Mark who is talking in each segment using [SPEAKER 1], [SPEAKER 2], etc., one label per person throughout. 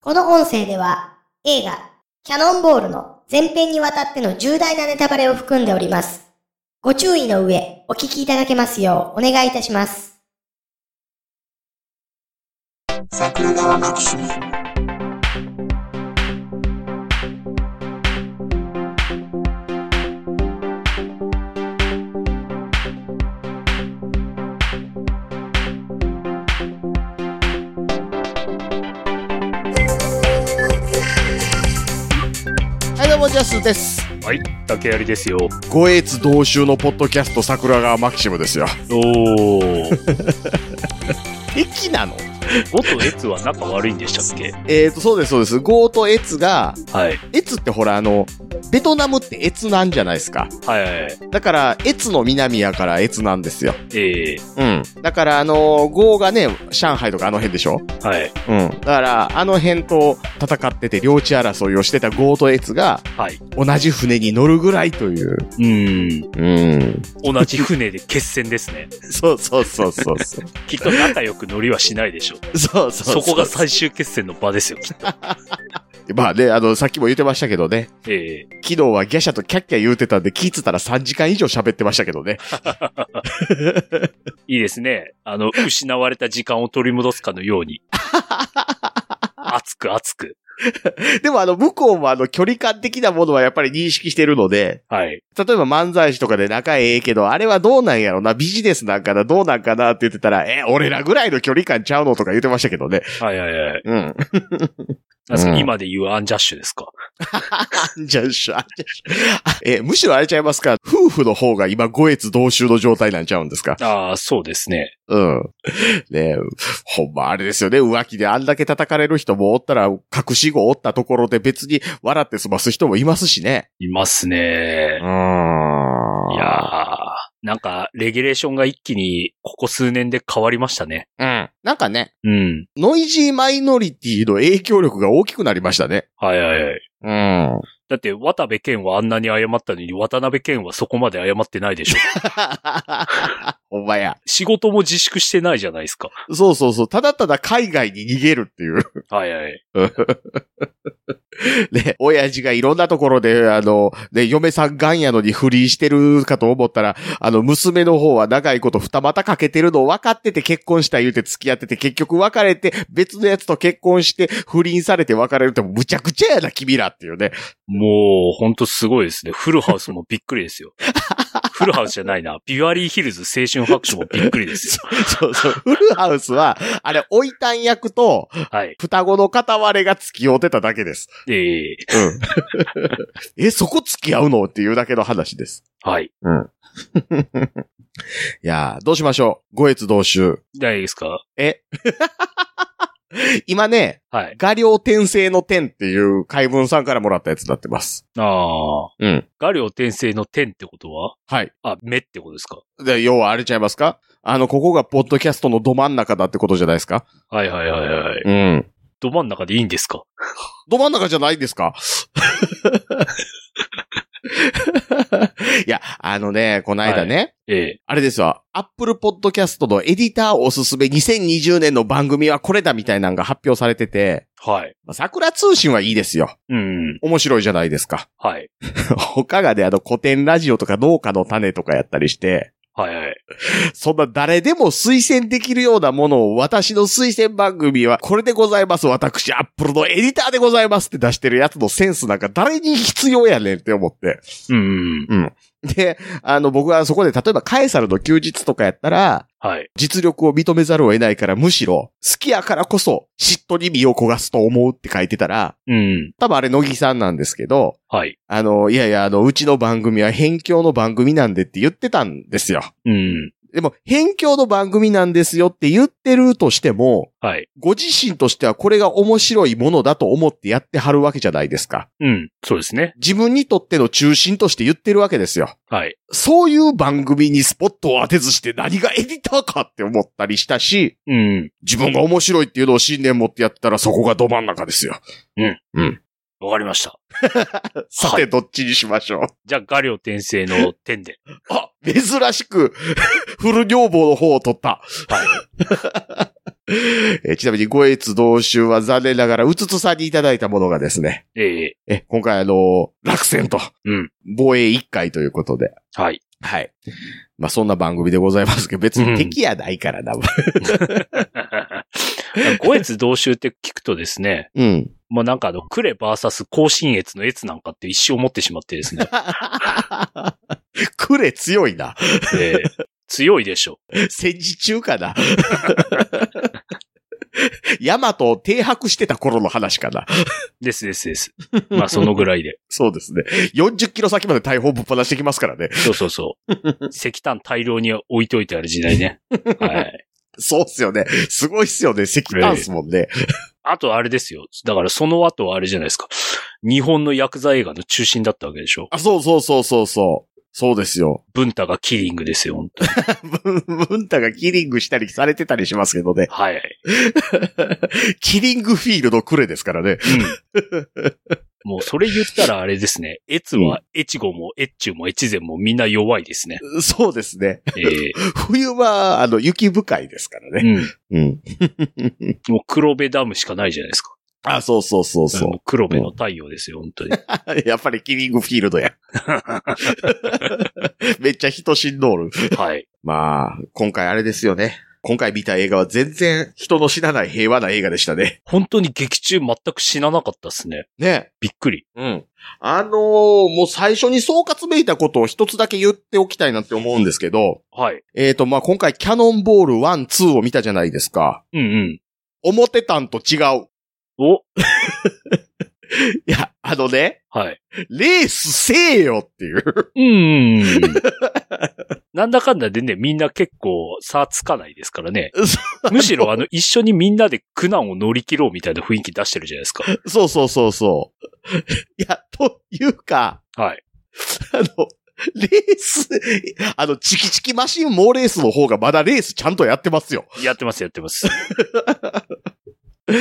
[SPEAKER 1] この音声では映画キャノンボールの前編にわたっての重大なネタバレを含んでおります。ご注意の上、お聞きいただけますようお願いいたします。
[SPEAKER 2] 桜川学習
[SPEAKER 3] はい、どうも、ジャスです。
[SPEAKER 4] はい、竹槍ですよ。
[SPEAKER 5] ごえつ同州のポッドキャスト桜川マキシムですよ。
[SPEAKER 4] おお。
[SPEAKER 3] 駅なの
[SPEAKER 4] ゴとエツは仲悪いんでしたっけ
[SPEAKER 3] えーと、そうです、そうです。ゴーとエツが、
[SPEAKER 4] はい。
[SPEAKER 3] エツってほら、あの、ベトナムってエツなんじゃないですか。
[SPEAKER 4] はいはい。
[SPEAKER 3] だから、エツの南やからエツなんですよ。
[SPEAKER 4] ええ
[SPEAKER 3] うん。だから、あの、ゴーがね、上海とかあの辺でしょ
[SPEAKER 4] はい。
[SPEAKER 3] うん。だから、あの辺と戦ってて、領地争いをしてたゴーとエツが、
[SPEAKER 4] はい。
[SPEAKER 3] 同じ船に乗るぐらいという。
[SPEAKER 4] うーん。
[SPEAKER 3] うん。
[SPEAKER 4] 同じ船で決戦です ね。
[SPEAKER 3] そうそうそう そうそう。
[SPEAKER 4] きっと仲良く乗りはしないでしょう。
[SPEAKER 3] そうそう
[SPEAKER 4] そこが最
[SPEAKER 3] 初。
[SPEAKER 4] 終決戦の場ですよ、きっと。
[SPEAKER 3] まあね、あの、さっきも言ってましたけどね。
[SPEAKER 4] ええ
[SPEAKER 3] 昨日はギャシャとキャッキャ言うてたんで、聞いてたら3時間以上喋ってましたけどね。
[SPEAKER 4] いいですね。あの、失われた時間を取り戻すかのよ うに。熱く熱く。
[SPEAKER 3] でもあの、向こうもあの、距離感的なものはやっぱり認識してるので、
[SPEAKER 4] はい。
[SPEAKER 3] 例えば漫才師とかで仲ええけど、あれはどうなんやろな、ビジネスなんかな、どうなんかなって言ってたら、え、俺らぐらいの距離感ちゃうのとか言ってましたけどね。
[SPEAKER 4] はいはいはい。
[SPEAKER 3] うん。
[SPEAKER 4] なんすか
[SPEAKER 3] うん
[SPEAKER 4] 今で言うアンジャッシュですか。
[SPEAKER 3] じゃんしゃ、じゃんしゃ。え、むしろあれちゃいますか夫婦の方が今、五越同州の状態なんちゃうんですか
[SPEAKER 4] ああ、そうですね。
[SPEAKER 3] うん。ねえ、ほんまあれですよね。浮気であんだけ叩かれる人もおったら、隠し子おったところで別に笑って済ます人もいますしね。
[SPEAKER 4] いますね
[SPEAKER 3] う。ん
[SPEAKER 4] いやー、なんか、レギュレーションが一気に、ここ数年で変わりましたね。
[SPEAKER 3] うん。なんかね、
[SPEAKER 4] うん。
[SPEAKER 3] ノイジーマイノリティの影響力が大きくなりましたね。
[SPEAKER 4] はいはいはい。
[SPEAKER 3] うん。
[SPEAKER 4] だって、渡部健はあんなに謝ったのに、渡辺健はそこまで謝ってないで しょ。
[SPEAKER 3] ほんまや。
[SPEAKER 4] 仕事も自粛してないじゃないですか。
[SPEAKER 3] そうそうそう。ただただ海外に逃げるっていう。
[SPEAKER 4] はいはい。
[SPEAKER 3] ね、親父がいろんなところで、あの、ね、嫁さんがんやのに不倫してるかと思ったら、あの、娘の方は長いこと二股かけてるのを分かってて結婚した言うて付き合ってて、結局別れて、別のやつと結婚して、不倫されて別れるってむちゃくちゃやな、君らっていうね。
[SPEAKER 4] もう、ほんとすごいですね。フルハウスもびっくり ですよ。フルハウスじゃないな。ビワリーヒルズ青春白書もびっくりです
[SPEAKER 3] そうそう。 フルハウスは、あれ、おいたん役と、
[SPEAKER 4] よ。はい。
[SPEAKER 3] 双子の片割れが付き合うてただけです。
[SPEAKER 4] え
[SPEAKER 3] うん。え、そこ付き合うのっていうだけの話です。
[SPEAKER 4] ー、はい。
[SPEAKER 3] いやー、どうしましょう。五越同州。
[SPEAKER 4] 大丈夫ですか
[SPEAKER 3] え今ね、
[SPEAKER 4] はい。
[SPEAKER 3] 画量転生の点っていう海文さんからもらったやつになってます。
[SPEAKER 4] ああ。
[SPEAKER 3] うん。
[SPEAKER 4] 画量転生の点ってことは
[SPEAKER 3] はい。
[SPEAKER 4] あ、目ってことですか
[SPEAKER 3] で、要はあれちゃいますかあの、ここがポッドキャストのど真ん中だってことじゃないですか
[SPEAKER 4] はいはいはいはい。
[SPEAKER 3] うん。
[SPEAKER 4] ど真ん中でいいんですか
[SPEAKER 3] ど真ん中じゃないんですか いや、あのね、この間ね、
[SPEAKER 4] ええ。
[SPEAKER 3] あれですわ、アップルポッドキャストのエディターおすすめ2020年の番組はこれだみたいなのが発表されてて、
[SPEAKER 4] はい。
[SPEAKER 3] まあ桜通信はいいですよ。
[SPEAKER 4] うん。
[SPEAKER 3] 面白いじゃないですか。
[SPEAKER 4] はい。
[SPEAKER 3] 他がね、あの古典ラジオとか農家の種とかやったりして、
[SPEAKER 4] はいはい。
[SPEAKER 3] そんな誰でも推薦できるようなものを私の推薦番組はこれでございます。私、アップルのエディターでございますって出してるやつのセンスなんか誰に必要やねんって思って。
[SPEAKER 4] うん。
[SPEAKER 3] で、あの僕はそこで例えばカエサルの休日とかやったら、
[SPEAKER 4] はい。
[SPEAKER 3] 実力を認めざるを得ないからむしろ好きやからこそ嫉妬に身を焦がすと思うって書いてたら、
[SPEAKER 4] うん。
[SPEAKER 3] 多分あれ乃木さんなんですけど、
[SPEAKER 4] はい。
[SPEAKER 3] あの、いやいや、あの、うちの番組は辺境の番組なんでって言ってたんですよ。
[SPEAKER 4] うん。
[SPEAKER 3] でも、辺境の番組なんですよって言ってるとしても、
[SPEAKER 4] はい。
[SPEAKER 3] ご自身としてはこれが面白いものだと思ってやってはるわけじゃないですか。
[SPEAKER 4] うん。そうですね。
[SPEAKER 3] 自分にとっての中心として言ってるわけですよ。
[SPEAKER 4] はい。
[SPEAKER 3] そういう番組にスポットを当てずして何がエディターかって思ったりしたし、
[SPEAKER 4] うん。
[SPEAKER 3] 自分が面白いっていうのを信念持ってやってたらそこがど真ん中ですよ。
[SPEAKER 4] わかりました。
[SPEAKER 3] さて、どっちにしましょう。
[SPEAKER 4] じゃあ、画量転生の点で。
[SPEAKER 3] あ、珍しく、 フル女房の方を取った。 えーちなみに、ご越同州は残念ながら、うつつさんにいただいたものがですね、
[SPEAKER 4] ええ
[SPEAKER 3] え、今回あの、落選と、
[SPEAKER 4] うん。
[SPEAKER 3] 防衛一回ということで、
[SPEAKER 4] はい。
[SPEAKER 3] はい。まあ、そんな番組でございますけど、別
[SPEAKER 4] う
[SPEAKER 3] に
[SPEAKER 4] ん
[SPEAKER 3] 敵やないからな。
[SPEAKER 4] 五越同州って聞くとですね、
[SPEAKER 3] うん。
[SPEAKER 4] もうなんかあの、クレバーサス甲信越の越なんかって一生思ってしまってですね、
[SPEAKER 3] クレ強いな。
[SPEAKER 4] ええ強いでしょ。
[SPEAKER 3] 戦時中かな。 ヤマトを停泊してた頃の話かな。
[SPEAKER 4] ですですです。まあそのぐらいで。
[SPEAKER 3] そうですね。40キロ先まで大砲ぶっ放してきますからね。
[SPEAKER 4] そうそ うそう。石炭大量に置いといてある時代ね。はい。
[SPEAKER 3] そうっすよね。すごいっすよね。石炭っすもんね。
[SPEAKER 4] あとあれですよ。だからその後はあれじゃないですか。日本の薬剤映画の中心だったわけでしょ。
[SPEAKER 3] あ、そうそうそうそうそう。そうです よ。
[SPEAKER 4] 文太がキリングですよ、本当に。
[SPEAKER 3] ブン、ブンタがキリングしたりされてたりしますけどね。
[SPEAKER 4] はい。
[SPEAKER 3] キリングフィールドクレですからね。
[SPEAKER 4] うん。もうそれ言ったらあれですね。越は越後も越中も越前もみんな弱いですね。
[SPEAKER 3] そうですね。
[SPEAKER 4] え
[SPEAKER 3] 冬は、あの、雪深いですから
[SPEAKER 4] え
[SPEAKER 3] ね。うん。
[SPEAKER 4] うん。もう黒部ダムしかないじゃないですか。
[SPEAKER 3] あ、そうそうそうそう。
[SPEAKER 4] もう黒部の太陽ですよ、本当に。
[SPEAKER 3] やっぱりキリングフィールドや。 めっちゃ人死んどる。
[SPEAKER 4] はい。
[SPEAKER 3] まあ、今回あれですよね。今回見た映画は全然人の死なない平和な映画でしたね。
[SPEAKER 4] 本当に劇中全く死ななかったですね。
[SPEAKER 3] ね。
[SPEAKER 4] びっくり。
[SPEAKER 3] うん。あのーもう最初に総括めいたことを一つだけ言っておきたいなって思うんですけど、
[SPEAKER 4] はい。
[SPEAKER 3] えっ、と、まあ、今回キャノンボール1、2を見たじゃないですか。
[SPEAKER 4] うんうん。
[SPEAKER 3] 思ってたんと違う。
[SPEAKER 4] お
[SPEAKER 3] いや、あのね、
[SPEAKER 4] はい。
[SPEAKER 3] レースせえよっていう。
[SPEAKER 4] うんうんうん。なんだかんだでね、みんな結構差つかないですからね。むしろあの、一緒にみんなで苦難を乗り切ろうみたいな雰囲気出してるじゃないですか。
[SPEAKER 3] そうそうそうそう。いや、というか、
[SPEAKER 4] はい。
[SPEAKER 3] あの、レース、あの、チキチキマシン猛レースの方がまだレースちゃんとやってますよ。
[SPEAKER 4] やってます、やってます。
[SPEAKER 3] ね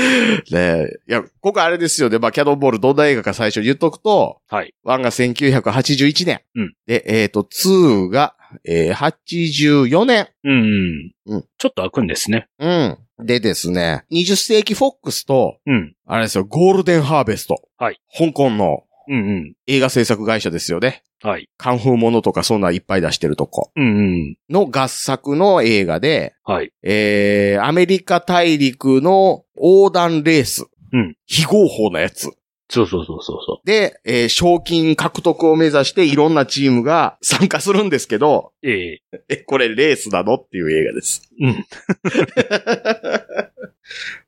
[SPEAKER 3] え。いや、今回あれですよね。まあ、キャノンボールどんな映画か最初に言っとくと、
[SPEAKER 4] はい。
[SPEAKER 3] 1が1981年。
[SPEAKER 4] うん
[SPEAKER 3] で、えっ、と、2が、えー、84年。
[SPEAKER 4] うんうん。
[SPEAKER 3] うん
[SPEAKER 4] ちょっと開くんですね。
[SPEAKER 3] うん。でですね、20世紀フォックスと、
[SPEAKER 4] うん。
[SPEAKER 3] あれですよ、ゴールデンハーベスト。
[SPEAKER 4] はい。
[SPEAKER 3] 香港の
[SPEAKER 4] うんうん。
[SPEAKER 3] 映画制作会社ですよね。
[SPEAKER 4] はい。
[SPEAKER 3] カンフーものとかそんなんいっぱい出してるとこ
[SPEAKER 4] うんうん。
[SPEAKER 3] の合作の映画で、
[SPEAKER 4] はい。
[SPEAKER 3] えー、アメリカ大陸の横断レース。
[SPEAKER 4] うん
[SPEAKER 3] 非合法なやつ。
[SPEAKER 4] そうそうそうそうそ
[SPEAKER 3] で、えー賞金獲得を目指していろんなチームが参加するんですけど、
[SPEAKER 4] う。ええ
[SPEAKER 3] え、これレースなのっていう映画です。
[SPEAKER 4] うん。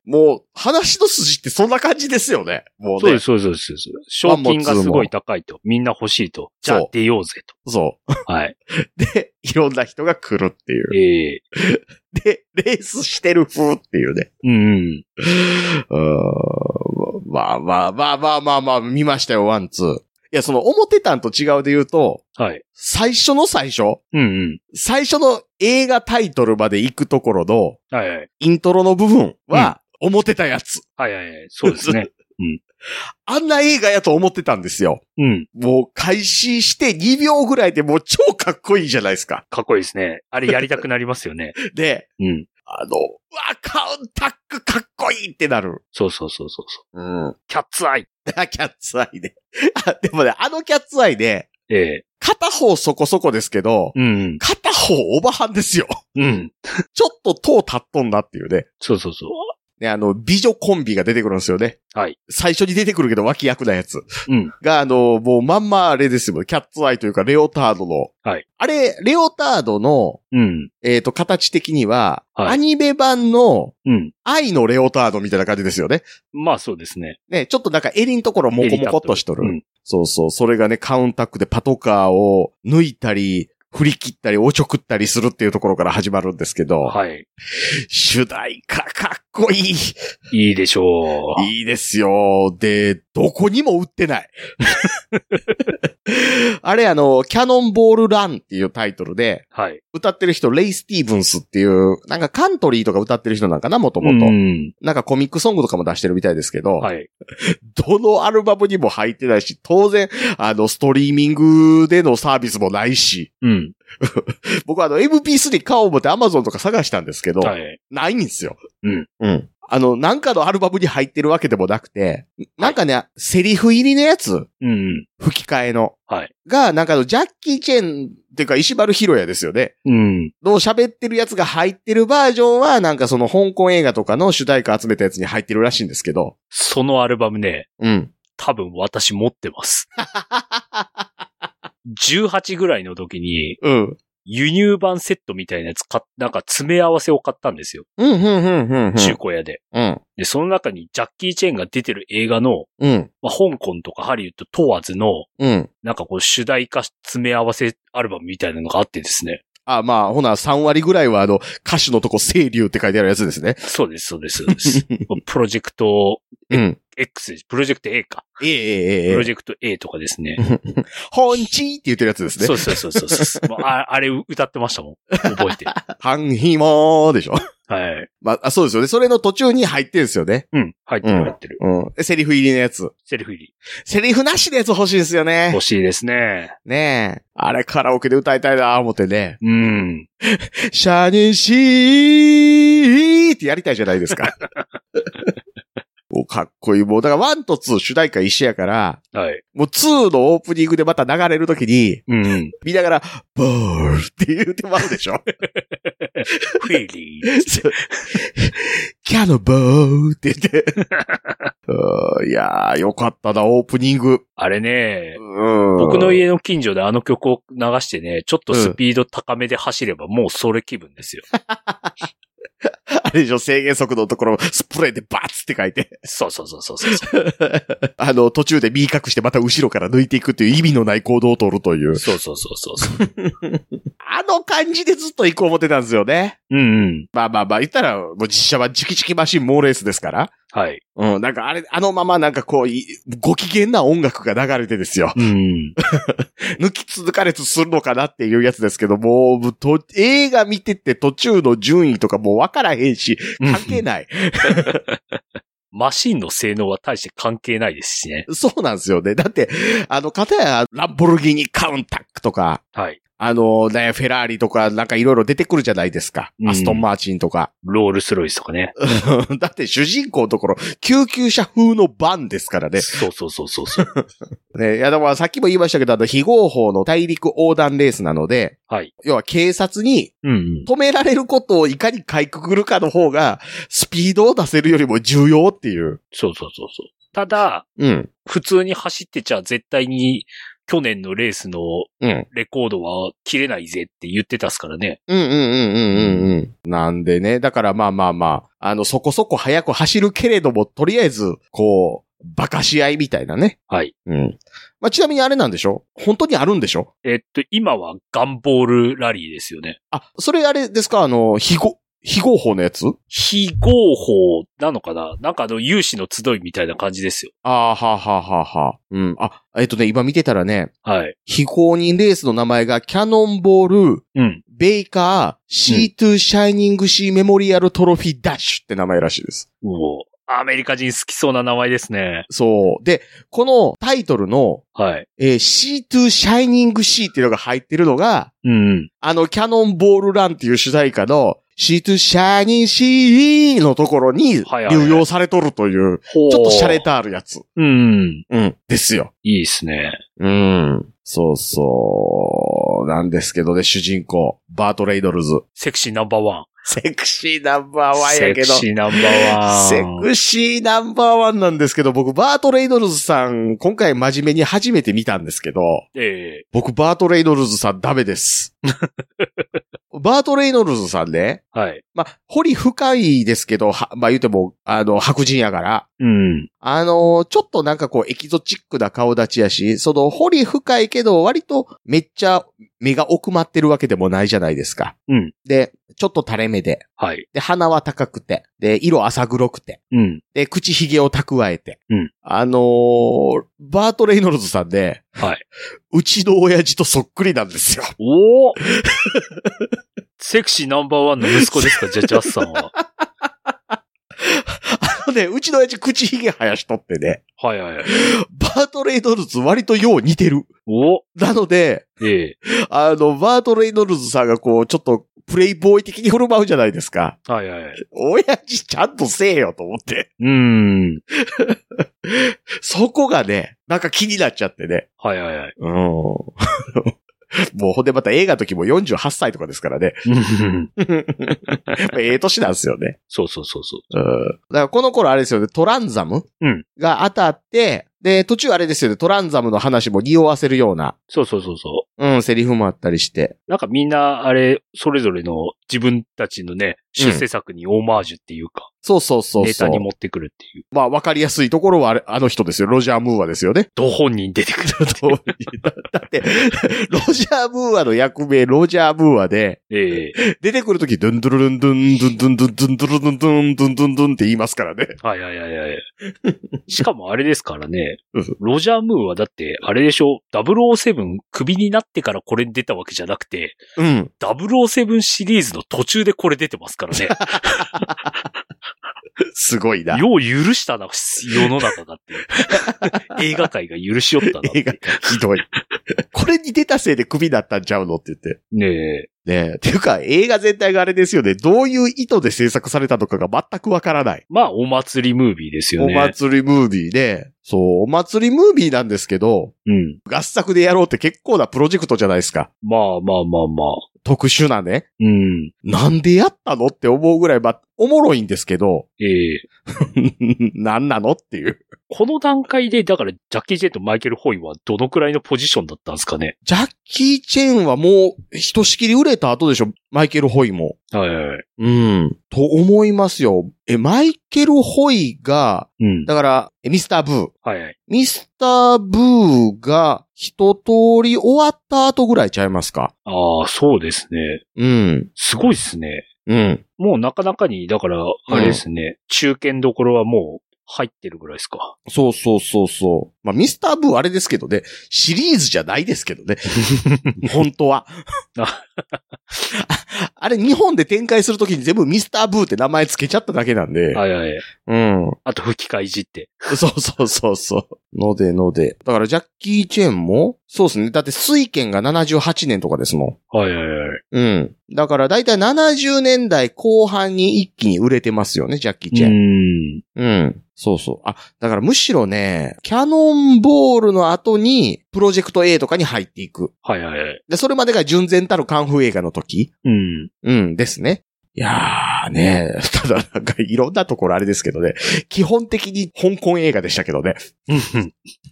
[SPEAKER 3] もう、話の筋ってそんな感じですよね。もうね。
[SPEAKER 4] そうです、そうです、そうです。賞金がすごい高いと。みんな欲しいと。じゃ
[SPEAKER 3] そ
[SPEAKER 4] あ
[SPEAKER 3] う
[SPEAKER 4] 出ようぜ
[SPEAKER 3] そ
[SPEAKER 4] と。はい。
[SPEAKER 3] う。で、いろんな人が来るっていう。
[SPEAKER 4] ええ
[SPEAKER 3] で、レースしてる風っていうね。
[SPEAKER 4] うんうん。
[SPEAKER 3] うーんまあまあまあまあまあまあ、見ましたよ、ワン、ツー。いや、その、思ってたんと違うで言うと、
[SPEAKER 4] はい。
[SPEAKER 3] 最初の最初、
[SPEAKER 4] うんうん。
[SPEAKER 3] 最初の映画タイトルまで行くところの、
[SPEAKER 4] はいはい。
[SPEAKER 3] イントロの部分は、思ってたやつ。
[SPEAKER 4] はいはいはい。そうです ね。
[SPEAKER 3] あんな映画やと思ってたんですよ。
[SPEAKER 4] うん。
[SPEAKER 3] もう開始して2秒ぐらいでもう超かっこいいじゃないですか。
[SPEAKER 4] かっこいいですね。あれやりたくなりますよ ね。
[SPEAKER 3] で、
[SPEAKER 4] うん。
[SPEAKER 3] あの、うわ、カウンタックかっこいいってなる。
[SPEAKER 4] そうそうそうそうそう。
[SPEAKER 3] うん。
[SPEAKER 4] キャッツアイ。
[SPEAKER 3] キャッツアイで。あでもね、あのキャッツアイで、
[SPEAKER 4] ええ
[SPEAKER 3] 片方そこそこですけど、
[SPEAKER 4] うん
[SPEAKER 3] 片方オバハンですよ。
[SPEAKER 4] うん。うん。
[SPEAKER 3] ちょっと塔立っとんなっていうね。
[SPEAKER 4] そうそうそう。
[SPEAKER 3] ね、あの、美女コンビが出てくるんですよね。
[SPEAKER 4] はい。
[SPEAKER 3] 最初に出てくるけど脇役なやつ。
[SPEAKER 4] うん。
[SPEAKER 3] が、あの、もうまんまあれですよ。キャッツアイというか、レオタードの。
[SPEAKER 4] はい。
[SPEAKER 3] あれ、レオタードの、
[SPEAKER 4] うん。
[SPEAKER 3] えっ、と、形的には、
[SPEAKER 4] はい
[SPEAKER 3] アニメ版の
[SPEAKER 4] うん。
[SPEAKER 3] 愛のレオタードみたいな感じですよね。
[SPEAKER 4] まあそうですね。
[SPEAKER 3] ね、ちょっとなんか襟のところモコモコっとしとる。
[SPEAKER 4] うん。
[SPEAKER 3] そうそう。それがね、カウンタックでパトカーを抜いたり、振り切ったり、おちょくったりするっていうところから始まるんですけど、
[SPEAKER 4] はい。
[SPEAKER 3] 主題歌かっこいい。
[SPEAKER 4] いいでしょう。
[SPEAKER 3] いいですよ。で、どこにも売って ない。あれ、あの、キャノンボールランっていうタイトルで、
[SPEAKER 4] はい。
[SPEAKER 3] 歌ってる人、レイ・スティーブンスっていう、なんかカントリーとか歌ってる人なんかな、もと
[SPEAKER 4] う
[SPEAKER 3] もと。
[SPEAKER 4] ん。
[SPEAKER 3] なんかコミックソングとかも出してるみたいですけど、
[SPEAKER 4] はい。
[SPEAKER 3] どのアルバムにも入ってないし、当然、あの、ストリーミングでのサービスもないし、
[SPEAKER 4] うん。
[SPEAKER 3] 僕はあの MP3 買おう思って Amazon とか探したんですけど、
[SPEAKER 4] はい。
[SPEAKER 3] ないんですよ。
[SPEAKER 4] うん。
[SPEAKER 3] うん。あの、なんかのアルバムに入ってるわけでもなくて、なんかね、セリフ入りのやつ、
[SPEAKER 4] うんうん。
[SPEAKER 3] 吹き替えの。
[SPEAKER 4] はい。
[SPEAKER 3] が、なんかあの、ジャッキー・チェンっていうか、石丸博也ですよね。
[SPEAKER 4] うん。
[SPEAKER 3] の喋ってるやつが入ってるバージョンは、なんかその香港映画とかの主題歌集めたやつに入ってるらしいんですけど。
[SPEAKER 4] そのアルバムね、
[SPEAKER 3] うん。
[SPEAKER 4] 多分私持っ てます。18ぐらいの時に、
[SPEAKER 3] うん。
[SPEAKER 4] 輸入版セットみたいなやつ買っなんか詰め合わせを買ったんですよ。
[SPEAKER 3] うん、うん、うん、うん。
[SPEAKER 4] 中古屋で。
[SPEAKER 3] うん。
[SPEAKER 4] で、その中にジャッキー・チェンが出てる映画の、
[SPEAKER 3] うん。
[SPEAKER 4] まあ、香港とかハリウッド問わずの、
[SPEAKER 3] うん。
[SPEAKER 4] なんかこう主題歌詰め合わせアルバムみたいなのがあってですね。
[SPEAKER 3] あ、まあ、ほな、3割ぐらいは、あの、歌手のとこ、清流って書いてあるやつですね。
[SPEAKER 4] そうです、そうです、そう です。プロジェクト
[SPEAKER 3] うん。
[SPEAKER 4] X です、プロジェクト A か。
[SPEAKER 3] ええええ
[SPEAKER 4] プロ
[SPEAKER 3] ええ。
[SPEAKER 4] ジェクト A とかですね。
[SPEAKER 3] 本地って言ってるやつですね
[SPEAKER 4] そ。うそうそうそ うそう。もうああれ歌ってましたもん。覚えて。
[SPEAKER 3] 半ひもーでしょ。
[SPEAKER 4] はい。
[SPEAKER 3] まああ、そうですよね。それの途中に入ってるんですよね。
[SPEAKER 4] うん。入ってる
[SPEAKER 3] うん
[SPEAKER 4] 入ってる。
[SPEAKER 3] うん。セリフ入りのやつ。
[SPEAKER 4] セリフ入り。
[SPEAKER 3] セリフなしのやつ欲しいですよね
[SPEAKER 4] 欲。しいですね。
[SPEAKER 3] ねえ。あれカラオケで歌いたいなぁ思ってね。
[SPEAKER 4] うん。
[SPEAKER 3] シャニシーってやりたいじゃないです か。もうかっこいい。もう、だから1と2主題歌一緒やから、
[SPEAKER 4] はい。
[SPEAKER 3] もう2のオープニングでまた流れるときに、
[SPEAKER 4] うん。
[SPEAKER 3] 見ながら、ボールって言うてまうでしょ
[SPEAKER 4] フィリー。
[SPEAKER 3] そうキャノボールって言 って。うんいやー、よかったな、オープニング。
[SPEAKER 4] あれね、僕
[SPEAKER 3] 僕
[SPEAKER 4] の家の近所であの曲を流してね、ちょっとスピード高めで走ればもうそれ気分ですよ。
[SPEAKER 3] あれでしょ、制限速度のところ、スプレーでバツって書いて、
[SPEAKER 4] そうそうそうそ うそう。
[SPEAKER 3] あの、途中で見隠してまた後ろから抜いていくっていう意味のない行動を取るという。
[SPEAKER 4] そうそうそうそうそう。
[SPEAKER 3] あの感じでずっと行こう思ってたんですよね。
[SPEAKER 4] うんうん。
[SPEAKER 3] まあまあまあ、言ったら、もう実写はチキチキマシン猛レースですから。
[SPEAKER 4] はい。
[SPEAKER 3] うん、なんかあれ、あのままなんかこう、いご機嫌な音楽が流れてですよ。
[SPEAKER 4] うん。
[SPEAKER 3] 抜き続かれつするのかなっていうやつですけど、もう、と映画見てて途中の順位とかもう分からへんし、関係ない。
[SPEAKER 4] マシンの性能は大して関係ないですしね。
[SPEAKER 3] そうなんですよね。だって、あの、片やランボルギーニカウンタックとか、
[SPEAKER 4] はい。
[SPEAKER 3] あの、ね、フェラーリとかなんかいろいろ出てくるじゃないですか。
[SPEAKER 4] うん
[SPEAKER 3] アストンマーチンとか。
[SPEAKER 4] ロールスロイスとかね。
[SPEAKER 3] だって主人公のところ、救急車風のバンですからね。
[SPEAKER 4] そうそうそうそうそう。
[SPEAKER 3] ね、いや、だからさっきも言いましたけど、あの、非合法の大陸横断レースなので、
[SPEAKER 4] はい。
[SPEAKER 3] 要は警察に
[SPEAKER 4] うんうん。
[SPEAKER 3] 止められることをいかにかいくぐるかの方が、スピードを出せるよりも重要っていう。
[SPEAKER 4] そうそうそうそう。ただ、
[SPEAKER 3] うん。
[SPEAKER 4] 普通に走ってちゃ絶対に去年のレースの
[SPEAKER 3] うん。
[SPEAKER 4] レコードは切れないぜって言ってたっすからね。
[SPEAKER 3] うんうんうんうんうんうん。なんでね、だからまあまあまあ、あの、そこそこ速く走るけれども、とりあえず、こう、馬鹿し合いみたいなね。
[SPEAKER 4] はい。
[SPEAKER 3] うん。まあ、ちなみにあれなんでしょ本当にあるんでしょ
[SPEAKER 4] えっと、今はガンボールラリーですよね。
[SPEAKER 3] あ、それあれですかあの、非合、非合法のやつ
[SPEAKER 4] 非合法なのかななんかあの、有志の集いみたいな感じですよ。
[SPEAKER 3] ああ、はあはあはあはあ。うん。あ、えっとね、今見てたらね、
[SPEAKER 4] はい。
[SPEAKER 3] 非公認レースの名前がキャノンボール、
[SPEAKER 4] うん。
[SPEAKER 3] ベイカー C2 シャイニング C メモリアルトロフィーダッシュって名前らしいです。
[SPEAKER 4] もう、アメリカ人好きそうな名前ですね。
[SPEAKER 3] そう。で、このタイトルの、
[SPEAKER 4] はい。
[SPEAKER 3] えー C2 シャイニング C っていうのが入ってるのが、
[SPEAKER 4] うんうん。
[SPEAKER 3] あのキャノンボールランっていう主題歌の C2 シャイニング C のところに
[SPEAKER 4] はいはいはい
[SPEAKER 3] 流用されとるという、
[SPEAKER 4] ほう
[SPEAKER 3] ちょっと洒落。たあるやつ。
[SPEAKER 4] うん。
[SPEAKER 3] うん。ですよ。
[SPEAKER 4] いいですね。
[SPEAKER 3] うん。そうそう。なんですけどね、主人公。バート・レイドルズ。
[SPEAKER 4] セクシーナンバーワン。
[SPEAKER 3] セクシーナンバーワンやけど。
[SPEAKER 4] セクシーナンバーワン。
[SPEAKER 3] セクシーナンバーワンなんですけど、僕、バート・レイドルズさん、今回真面目に初めて見たんですけど、
[SPEAKER 4] ええ
[SPEAKER 3] 僕、バート・レイドルズさんダメ です。バート・レイドルズさんね、
[SPEAKER 4] はい。
[SPEAKER 3] まあ、掘り深いですけど、はまあ、言うても、あの、白人やから、
[SPEAKER 4] うん。
[SPEAKER 3] あのちょっとなんかこう、エキゾチックな顔立ちやし、その、掘り深いけど、割と、めっちゃ、目が奥まってるわけでもないじゃないですか。
[SPEAKER 4] うん。
[SPEAKER 3] で、ちょっと垂れ目で、
[SPEAKER 4] はい。
[SPEAKER 3] で、鼻は高くて、で、色浅黒くて、
[SPEAKER 4] うん。
[SPEAKER 3] で、口ひげを蓄えて。
[SPEAKER 4] うん
[SPEAKER 3] あのーバート・レイノルズさんで、
[SPEAKER 4] はい。
[SPEAKER 3] うちの親父とそっくりなんですよ。
[SPEAKER 4] お おセクシーナンバーワンの息子ですか、ジャジャスさんは。
[SPEAKER 3] のね、うちの親父口ひげ生やしとってね、
[SPEAKER 4] はいはいはい。
[SPEAKER 3] バートレイノルズ割とよう似てる。
[SPEAKER 4] お
[SPEAKER 3] なので、
[SPEAKER 4] ええ
[SPEAKER 3] あの、バートレイノルズさんがこう、ちょっと、プレイボーイ的に振る舞うじゃないですか。
[SPEAKER 4] はいはい。
[SPEAKER 3] 親父ちゃんとせえよと思って。
[SPEAKER 4] うーん。
[SPEAKER 3] そこがね、なんか気になっちゃってね。
[SPEAKER 4] はいはいはい。
[SPEAKER 3] うん。 もうほんでまた映画の時も48歳とかですからね。
[SPEAKER 4] うん
[SPEAKER 3] やっぱええ年なんですよね。
[SPEAKER 4] そうそうそうそう。
[SPEAKER 3] うん。だからこの頃あれですよね、トランザム
[SPEAKER 4] うん
[SPEAKER 3] が当たって、で、途中あれですよね、トランザムの話も匂わせるような、
[SPEAKER 4] そうそうそうそ
[SPEAKER 3] うん、セリフもあったりして。
[SPEAKER 4] う。なんかみんな、あれ、それぞれの自分たちのね、出世作にオマージュっていうか、
[SPEAKER 3] そうそうそう
[SPEAKER 4] ネ
[SPEAKER 3] そ
[SPEAKER 4] タ
[SPEAKER 3] う。
[SPEAKER 4] に持ってくるっていう。
[SPEAKER 3] まあ、わかりやすいところはあれ、あの人ですよ。ロジャー・ムーアですよね。
[SPEAKER 4] ど本人出てくる
[SPEAKER 3] そうだって、ロジャー・ムーアの役名、ロジャー・ムーアで、
[SPEAKER 4] ええ
[SPEAKER 3] 出てくるとき、ドゥンドゥルルンドゥンドゥンドゥンドゥンドゥンドゥンドゥンドゥンドゥンドゥンって言いますからね。
[SPEAKER 4] はいはいはいはい。しかもあれですからね
[SPEAKER 3] うん、
[SPEAKER 4] ロジャー・ムーはだって、あれでしょ、007クビになってからこれ出たわけじゃなくて、
[SPEAKER 3] うん。
[SPEAKER 4] 007シリーズの途中でこれ出てますからね。
[SPEAKER 3] すご いな。
[SPEAKER 4] よう許したな、世の中 がっていう。映画界が許しよったなって
[SPEAKER 3] 映
[SPEAKER 4] いう。
[SPEAKER 3] 画、ひどい。これに出たせいでクビだったんちゃうのって言って。
[SPEAKER 4] ねえ。
[SPEAKER 3] ねえ。ていうか、映画全体があれですよね。どういう意図で制作されたのかが全くわからない。
[SPEAKER 4] まあ、お祭りムービーですよ
[SPEAKER 3] お
[SPEAKER 4] ね。
[SPEAKER 3] 祭りムービーで、そう、お祭りムービーなんですけど、
[SPEAKER 4] うん。
[SPEAKER 3] 合作でやろうって結構なプロジェクトじゃないですか。
[SPEAKER 4] まあまあまあまあ。
[SPEAKER 3] 特殊なね。
[SPEAKER 4] うん。
[SPEAKER 3] なんでやったのって思うぐらい、ま、おもろいんですけ ど、
[SPEAKER 4] ええ
[SPEAKER 3] なんなのっていう。
[SPEAKER 4] この段階で、だから、ジャッキー・ジェンとマイケル・ホイはどのくらいのポジションだったんですかね。
[SPEAKER 3] ジャッキー・チェンはもう、ひとしきり売れた後でしょマイケル・ホイも。
[SPEAKER 4] はいはいはい。
[SPEAKER 3] うん。と思いますよ。え、マイケル・ホイが、
[SPEAKER 4] うん。
[SPEAKER 3] だから、えミスター・ブー。
[SPEAKER 4] はいはい。
[SPEAKER 3] ミスター・ブーが一通り終わった後ぐらいちゃいますか
[SPEAKER 4] ああ、そうですね。
[SPEAKER 3] うん。
[SPEAKER 4] すごいですね。
[SPEAKER 3] うん。
[SPEAKER 4] もうなかなかに、だから、あれですね、中堅どころはもう入ってるぐらいですか。
[SPEAKER 3] そうそうそうそう。まあ、ミスター・ブーあれですけどね、シリーズじゃないですけ どね。本当は。
[SPEAKER 4] あ
[SPEAKER 3] ああれ、日本で展開するときに全部ミスター・ブーって名前つけちゃっただけなんで。
[SPEAKER 4] はいはい。
[SPEAKER 3] うん。
[SPEAKER 4] あと、吹き替えいじって。
[SPEAKER 3] そうそうそうそう。のでので。だからジャッキー・チェンも、そうですね。だって水拳が78年とかですも
[SPEAKER 4] はいはいはい。
[SPEAKER 3] ん。うん。だからだいたい70年代後半に一気に売れてますよね、ジャッキー・チェン。
[SPEAKER 4] ん。
[SPEAKER 3] うん。そうそう。あ、だからむしろね、キャノンボールの後に、プロジェクト A とかに入っていく。
[SPEAKER 4] はいはいはい。
[SPEAKER 3] で、それまでが純然たるカンフー映画の時
[SPEAKER 4] うん。
[SPEAKER 3] うん、ですね。いやーね、 ただなんかいろんなところあれですけどね、基本的に香港映画でしたけどね、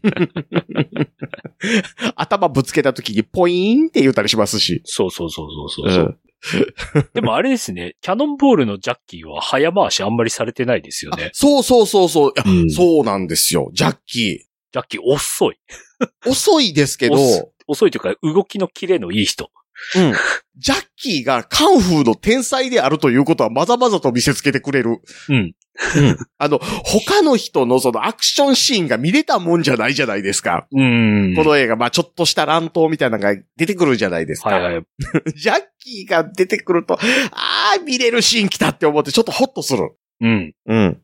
[SPEAKER 3] 頭ぶつけた時にポイーンって言ったりしますし。
[SPEAKER 4] そうそうそうそうそうそう。でもあれですね、キャノンボールのジャッキーは早回しあんまりされてないですよね。
[SPEAKER 3] そうそうそうそう、いや
[SPEAKER 4] うん
[SPEAKER 3] そうなんですよ、ジャッキ
[SPEAKER 4] ジャッキー遅い。
[SPEAKER 3] ー。遅いですけど、
[SPEAKER 4] 遅い遅いというか、動きのキレのいい人。
[SPEAKER 3] うん ジャッキーがカンフーの天才であるということはまざまざと見せつけてくれる。
[SPEAKER 4] うん。
[SPEAKER 3] あの、他の人のそのアクションシーンが見れたもんじゃないじゃないですか。
[SPEAKER 4] うん
[SPEAKER 3] この映画、まあちょっとした乱闘みたいなのが出てくるじゃないですか。
[SPEAKER 4] はいはい。
[SPEAKER 3] ジャッキーが出てくると、あー、見れるシーン来たって思って、ちょっとホッとする。
[SPEAKER 4] うん。
[SPEAKER 3] うん。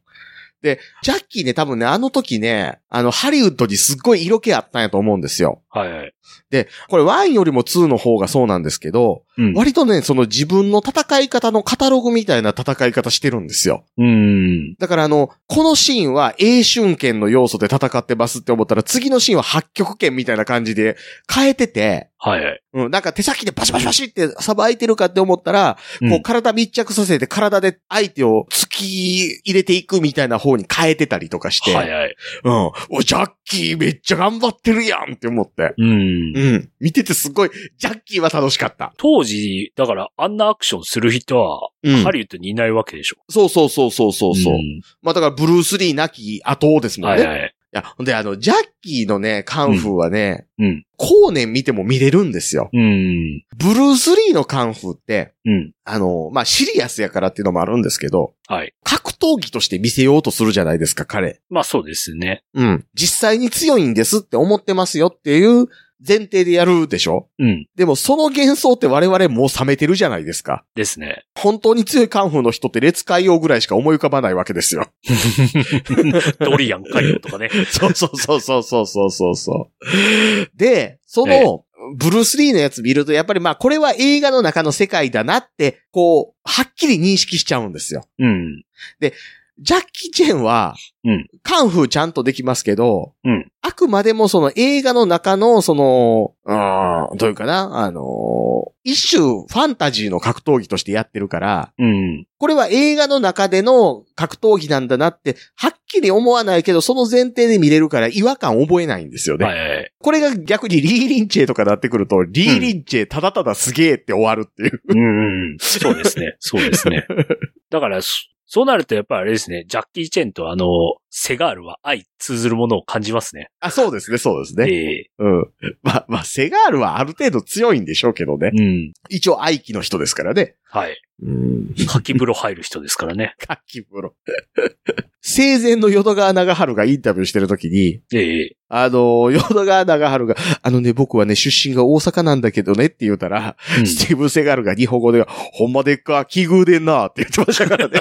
[SPEAKER 3] で、ジャッキーね、多分ね、あの時ね、あの、ハリウッドにすっごい色気あったんやと思うんですよ。
[SPEAKER 4] はいはい。
[SPEAKER 3] で、これ1よりも2の方がそうなんですけど、
[SPEAKER 4] うん
[SPEAKER 3] 割とね、その自分の戦い方のカタログみたいな戦い方してるんですよ。
[SPEAKER 4] うん。
[SPEAKER 3] だからあの、このシーンは英春剣の要素で戦ってますって思ったら、次のシーンは八極拳みたいな感じで変えてて、
[SPEAKER 4] はいはい。
[SPEAKER 3] うん、なんか手先でバシバシバシってさばいてるかって思ったら、
[SPEAKER 4] うん
[SPEAKER 3] こう体密着させて体で相手を突き入れていくみたいな方に変えてたりとかして、
[SPEAKER 4] はいはい。
[SPEAKER 3] うん。お、ジャッキーめっちゃ頑張ってるやんって思って。
[SPEAKER 4] うん。
[SPEAKER 3] うん。見ててすごい、ジャッキーは楽しかった。
[SPEAKER 4] 当時、だから、あんなアクションする人は、
[SPEAKER 3] うん
[SPEAKER 4] ハリウッドにいないわけでしょ。
[SPEAKER 3] そうそうそうそうそうそう。
[SPEAKER 4] ん
[SPEAKER 3] まあだからブルース・リーなき後ですもん
[SPEAKER 4] は
[SPEAKER 3] ね。
[SPEAKER 4] い
[SPEAKER 3] い
[SPEAKER 4] はい。
[SPEAKER 3] や、ほんであの、ジャッキーのね、カンフーはね、
[SPEAKER 4] うん。
[SPEAKER 3] 後年見ても見れるんですよ。
[SPEAKER 4] うん。
[SPEAKER 3] ブルース・リーのカンフーって、
[SPEAKER 4] うん。
[SPEAKER 3] あの、まあ、シリアスやからっていうのもあるんですけど、
[SPEAKER 4] はい。
[SPEAKER 3] 格闘技として見せようとするじゃないですか、彼。
[SPEAKER 4] まあそうですね。
[SPEAKER 3] うん。実際に強いんですって思ってますよっていう前提でやるでしょ
[SPEAKER 4] うん。
[SPEAKER 3] でもその幻想って我々もう冷めてるじゃないですか。
[SPEAKER 4] ですね。
[SPEAKER 3] 本当に強いカンフーの人って列海洋ぐらいしか思い浮かばないわけですよ。
[SPEAKER 4] ドリアン海洋とかね。
[SPEAKER 3] そうそうそうそうそうそうそうそう。で、そ
[SPEAKER 4] え
[SPEAKER 3] の、ブルース・リーのやつ見ると、やっぱりまあこれは映画の中の世界だなって、こう、はっきり認識しちゃうんですよ。
[SPEAKER 4] うん。
[SPEAKER 3] ジャッキー・チェンは、
[SPEAKER 4] うん
[SPEAKER 3] カンフーちゃんとできますけど、
[SPEAKER 4] うん
[SPEAKER 3] あくまでもその映画の中の、その、うーんどういうかな、あのー一種ファンタジーの格闘技としてやってるから、
[SPEAKER 4] うん。
[SPEAKER 3] これは映画の中での格闘技なんだなって、はっきり思わないけど、その前提で見れるから違和感覚えないんですよね。
[SPEAKER 4] はいはい。
[SPEAKER 3] これが逆にリー・リンチェとかなってくると、リー・リンチェただただすげえって終わるっていう。
[SPEAKER 4] うんうん。そうですね。そうです ね。だから、そそうなるとやっぱりあれですね、ジャッキー・チェンとあの、セガールは愛通ずるものを感じますね。
[SPEAKER 3] あ、そうですね、そうですね。
[SPEAKER 4] え
[SPEAKER 3] うん。まあ、まあ、セガールはある程度強いんでしょうけどね
[SPEAKER 4] え。うん。
[SPEAKER 3] 一応愛機の人ですからね。
[SPEAKER 4] はい。
[SPEAKER 3] うん。
[SPEAKER 4] かき風呂入る人ですからね。
[SPEAKER 3] 活気風呂。生前の淀川長春がインタビューしてるときに、
[SPEAKER 4] ええ
[SPEAKER 3] あの、淀川長春が、あのね、僕はね、出身が大阪なんだけどねって言うたら、
[SPEAKER 4] うん
[SPEAKER 3] スティーブン・セガールが日本語で、ほんまでっか、奇遇でんなって言ってましたから ね。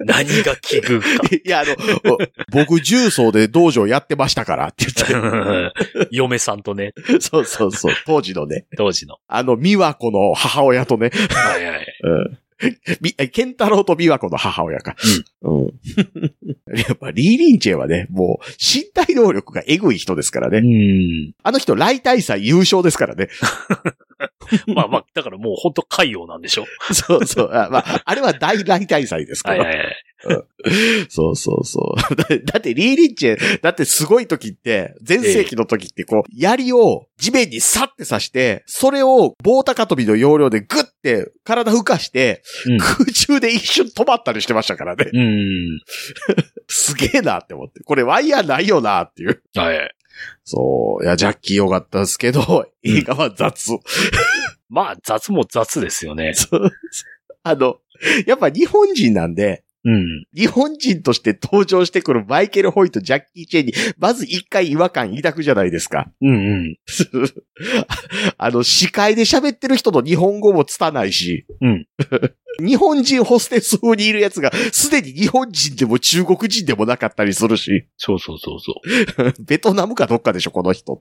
[SPEAKER 4] 何が奇遇か。
[SPEAKER 3] いや、あの、お僕、重曹で道場やってましたからって言っ
[SPEAKER 4] 嫁さんとね、
[SPEAKER 3] て。そうそうそう、当時のね、
[SPEAKER 4] 当時の。
[SPEAKER 3] あの、美和子の母親とね、
[SPEAKER 4] はいはい。
[SPEAKER 3] み、えケンタロウと美和子の母親か。うん。 やっぱ、リー・リンチェはね、もう、身体能力がエグい人ですからね。
[SPEAKER 4] う
[SPEAKER 3] あの人、来大祭優勝ですからね。
[SPEAKER 4] ん。まあまあ、だからもう本当海洋なんでしょ。
[SPEAKER 3] そうそう。あまあ、あれは大来大祭ですか
[SPEAKER 4] はい
[SPEAKER 3] ら。
[SPEAKER 4] はいはい。
[SPEAKER 3] そうそうそう。 だだって、リー・リンチェ、だってすごい時って、前世紀の時って、こう、槍を地面にサッて刺して、それを棒高跳びの要領でグッて体浮かして、
[SPEAKER 4] うん
[SPEAKER 3] 空中で一瞬止まったりしてましたからね。
[SPEAKER 4] うん。
[SPEAKER 3] すげえなって思って。これワイヤーないよなっていう。
[SPEAKER 4] はいはい。
[SPEAKER 3] そう。いや、ジャッキーよかったですけど、映画は雑。
[SPEAKER 4] まあ、雑も雑ですよね。
[SPEAKER 3] そうあの、やっぱ日本人なんで、
[SPEAKER 4] うん。
[SPEAKER 3] 日本人として登場してくるマイケル・ホイとジャッキー・チェンに、まず一回違和感抱くじゃないですか。
[SPEAKER 4] うんうん。
[SPEAKER 3] あの、司会で喋ってる人の日本語も拙ないし、
[SPEAKER 4] うん。
[SPEAKER 3] 日本人ホステス風にいるやつが、すでに日本人でも中国人でもなかったりするし、
[SPEAKER 4] そうそうそうそう。
[SPEAKER 3] ベトナムかどっかでしょ、この人。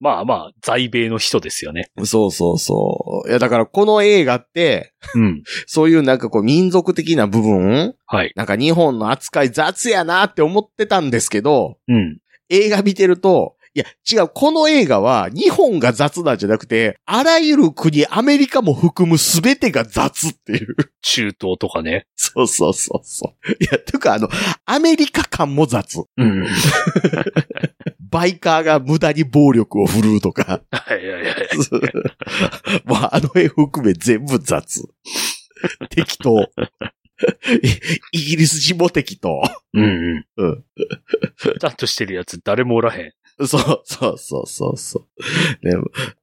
[SPEAKER 4] まあまあ、在米の人ですよね。
[SPEAKER 3] そうそうそう。いや、だからこの映画って、
[SPEAKER 4] うん。
[SPEAKER 3] そういうなんかこう民族的な部分、
[SPEAKER 4] はい。
[SPEAKER 3] なんか日本の扱い雑やなって思ってたんですけど、
[SPEAKER 4] うん。
[SPEAKER 3] 映画見てると、いや、違う、この映画は日本が雑なんじゃなくて、あらゆる国、アメリカも含む全てが雑っていう。
[SPEAKER 4] 中東とかね。
[SPEAKER 3] そうそうそうそう。いや、てかあの、アメリカ感も雑。
[SPEAKER 4] うん。
[SPEAKER 3] バイカーが無駄に暴力を振るうとか。
[SPEAKER 4] はいはいはい。
[SPEAKER 3] もうあの絵含め全部雑。 適当。 イギリス人も適当。
[SPEAKER 4] うんうん。
[SPEAKER 3] う
[SPEAKER 4] ちゃんとしてるやつ誰もおらへん。
[SPEAKER 3] そうそうそうそうそう、ね。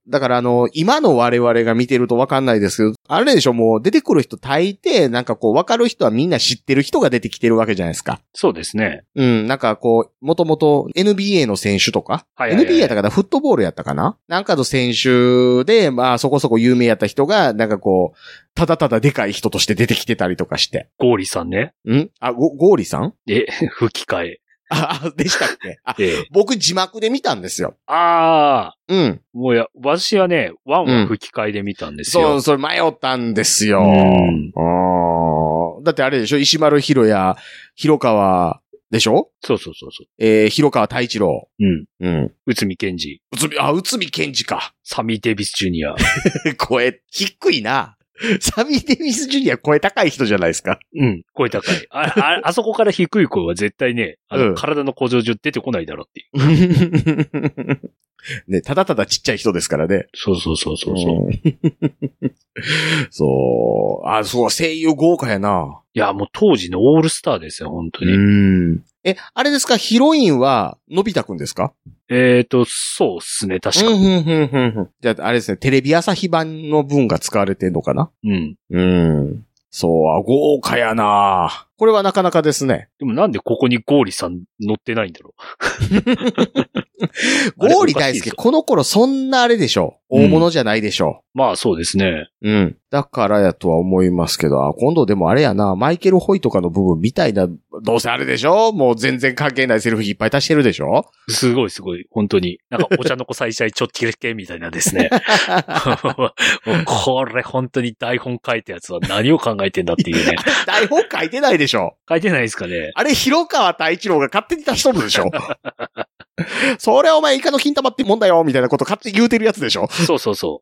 [SPEAKER 3] だからあの、今の我々が見てるとわかんないですけど、あれでしょ、もう出てくる人大抵、なんかこう、わかる人はみんな知ってる人が出てきてるわけじゃないですか。
[SPEAKER 4] そうですね。
[SPEAKER 3] うん、なんかこう、もともと NBA の選手とか、
[SPEAKER 4] はいはいはい
[SPEAKER 3] NBA だからフットボールやったかななんかの選手で、まあそこそこ有名やった人が、なんかこう、ただただでかい人として出てきてたりとかして。
[SPEAKER 4] ゴーリさんね。
[SPEAKER 3] んあ、ご、ゴーリさん
[SPEAKER 4] え、吹き替え。
[SPEAKER 3] あ、あでしたっけあ、
[SPEAKER 4] ええ。
[SPEAKER 3] 僕字幕で見たんですよ。
[SPEAKER 4] ああ。
[SPEAKER 3] うん。
[SPEAKER 4] もうや、私はね、ワンは吹き替えで見たんです
[SPEAKER 3] そ
[SPEAKER 4] よ。
[SPEAKER 3] う、それ迷ったんですよ。
[SPEAKER 4] うん
[SPEAKER 3] あーだってあれでしょ石丸博也、広川でしょ
[SPEAKER 4] そうそうそうそ
[SPEAKER 3] えー、広川太一郎。
[SPEAKER 4] う。うん。
[SPEAKER 3] うん。
[SPEAKER 4] 内海賢治、
[SPEAKER 3] うつみ、あ、うつみ健二か。
[SPEAKER 4] サミー・デイビス・ジュニア。
[SPEAKER 3] 声、低いな。サミー・デイビス・ジュニア声高い人じゃないです か。
[SPEAKER 4] うん。声高い。あ、あ、 あそこから低い声は絶対ね、あの、
[SPEAKER 3] うん
[SPEAKER 4] 体の向上上出てこないだろうっていう。
[SPEAKER 3] ね、ただただちっちゃい人ですからね。
[SPEAKER 4] そうそうそうそうそう。
[SPEAKER 3] うん。そう。あ、そう、声優豪華やな。
[SPEAKER 4] いや、もう当時のオールスターですよ、本当に。
[SPEAKER 3] ん。え、あれですかヒロインは、のび太くんですか
[SPEAKER 4] えっと、そうっすね、確か
[SPEAKER 3] うん、
[SPEAKER 4] に。
[SPEAKER 3] うん、うん、うんうん。じゃあ、あれですね、テレビ朝日版の分が使われてんのかな
[SPEAKER 4] うん。
[SPEAKER 3] うん。そう、あ、豪華やなこれはなかなかです ね。
[SPEAKER 4] でもなんでここにゴーリさん乗ってないんだろう。あれ
[SPEAKER 3] ゴーリ大輔、
[SPEAKER 4] おかしいぞ
[SPEAKER 3] この頃そんなあれでしょう。大物じゃないでしょ
[SPEAKER 4] まあそうですね。
[SPEAKER 3] う。うん。だからやとは思いますけど、あ、今度でもあれやな、マイケル・ホイとかの部分みたいな、どうせあれでしょもう全然関係ないセリフいっぱい足してるでしょ
[SPEAKER 4] すごいすごい。本当に。なんかお茶の子最初ちょっきれけみたいなです ね。もうこれ本当に台本書いたやつは何を考えてんだっていうね。
[SPEAKER 3] 台本書いてないでしょ
[SPEAKER 4] 書いてないですかね。
[SPEAKER 3] あれ、広川太一郎が勝手に足しとるでしょ それはお前イカの金玉ってもんだよ、みたいなこと勝手に言うてるやつでしょ
[SPEAKER 4] そうそうそ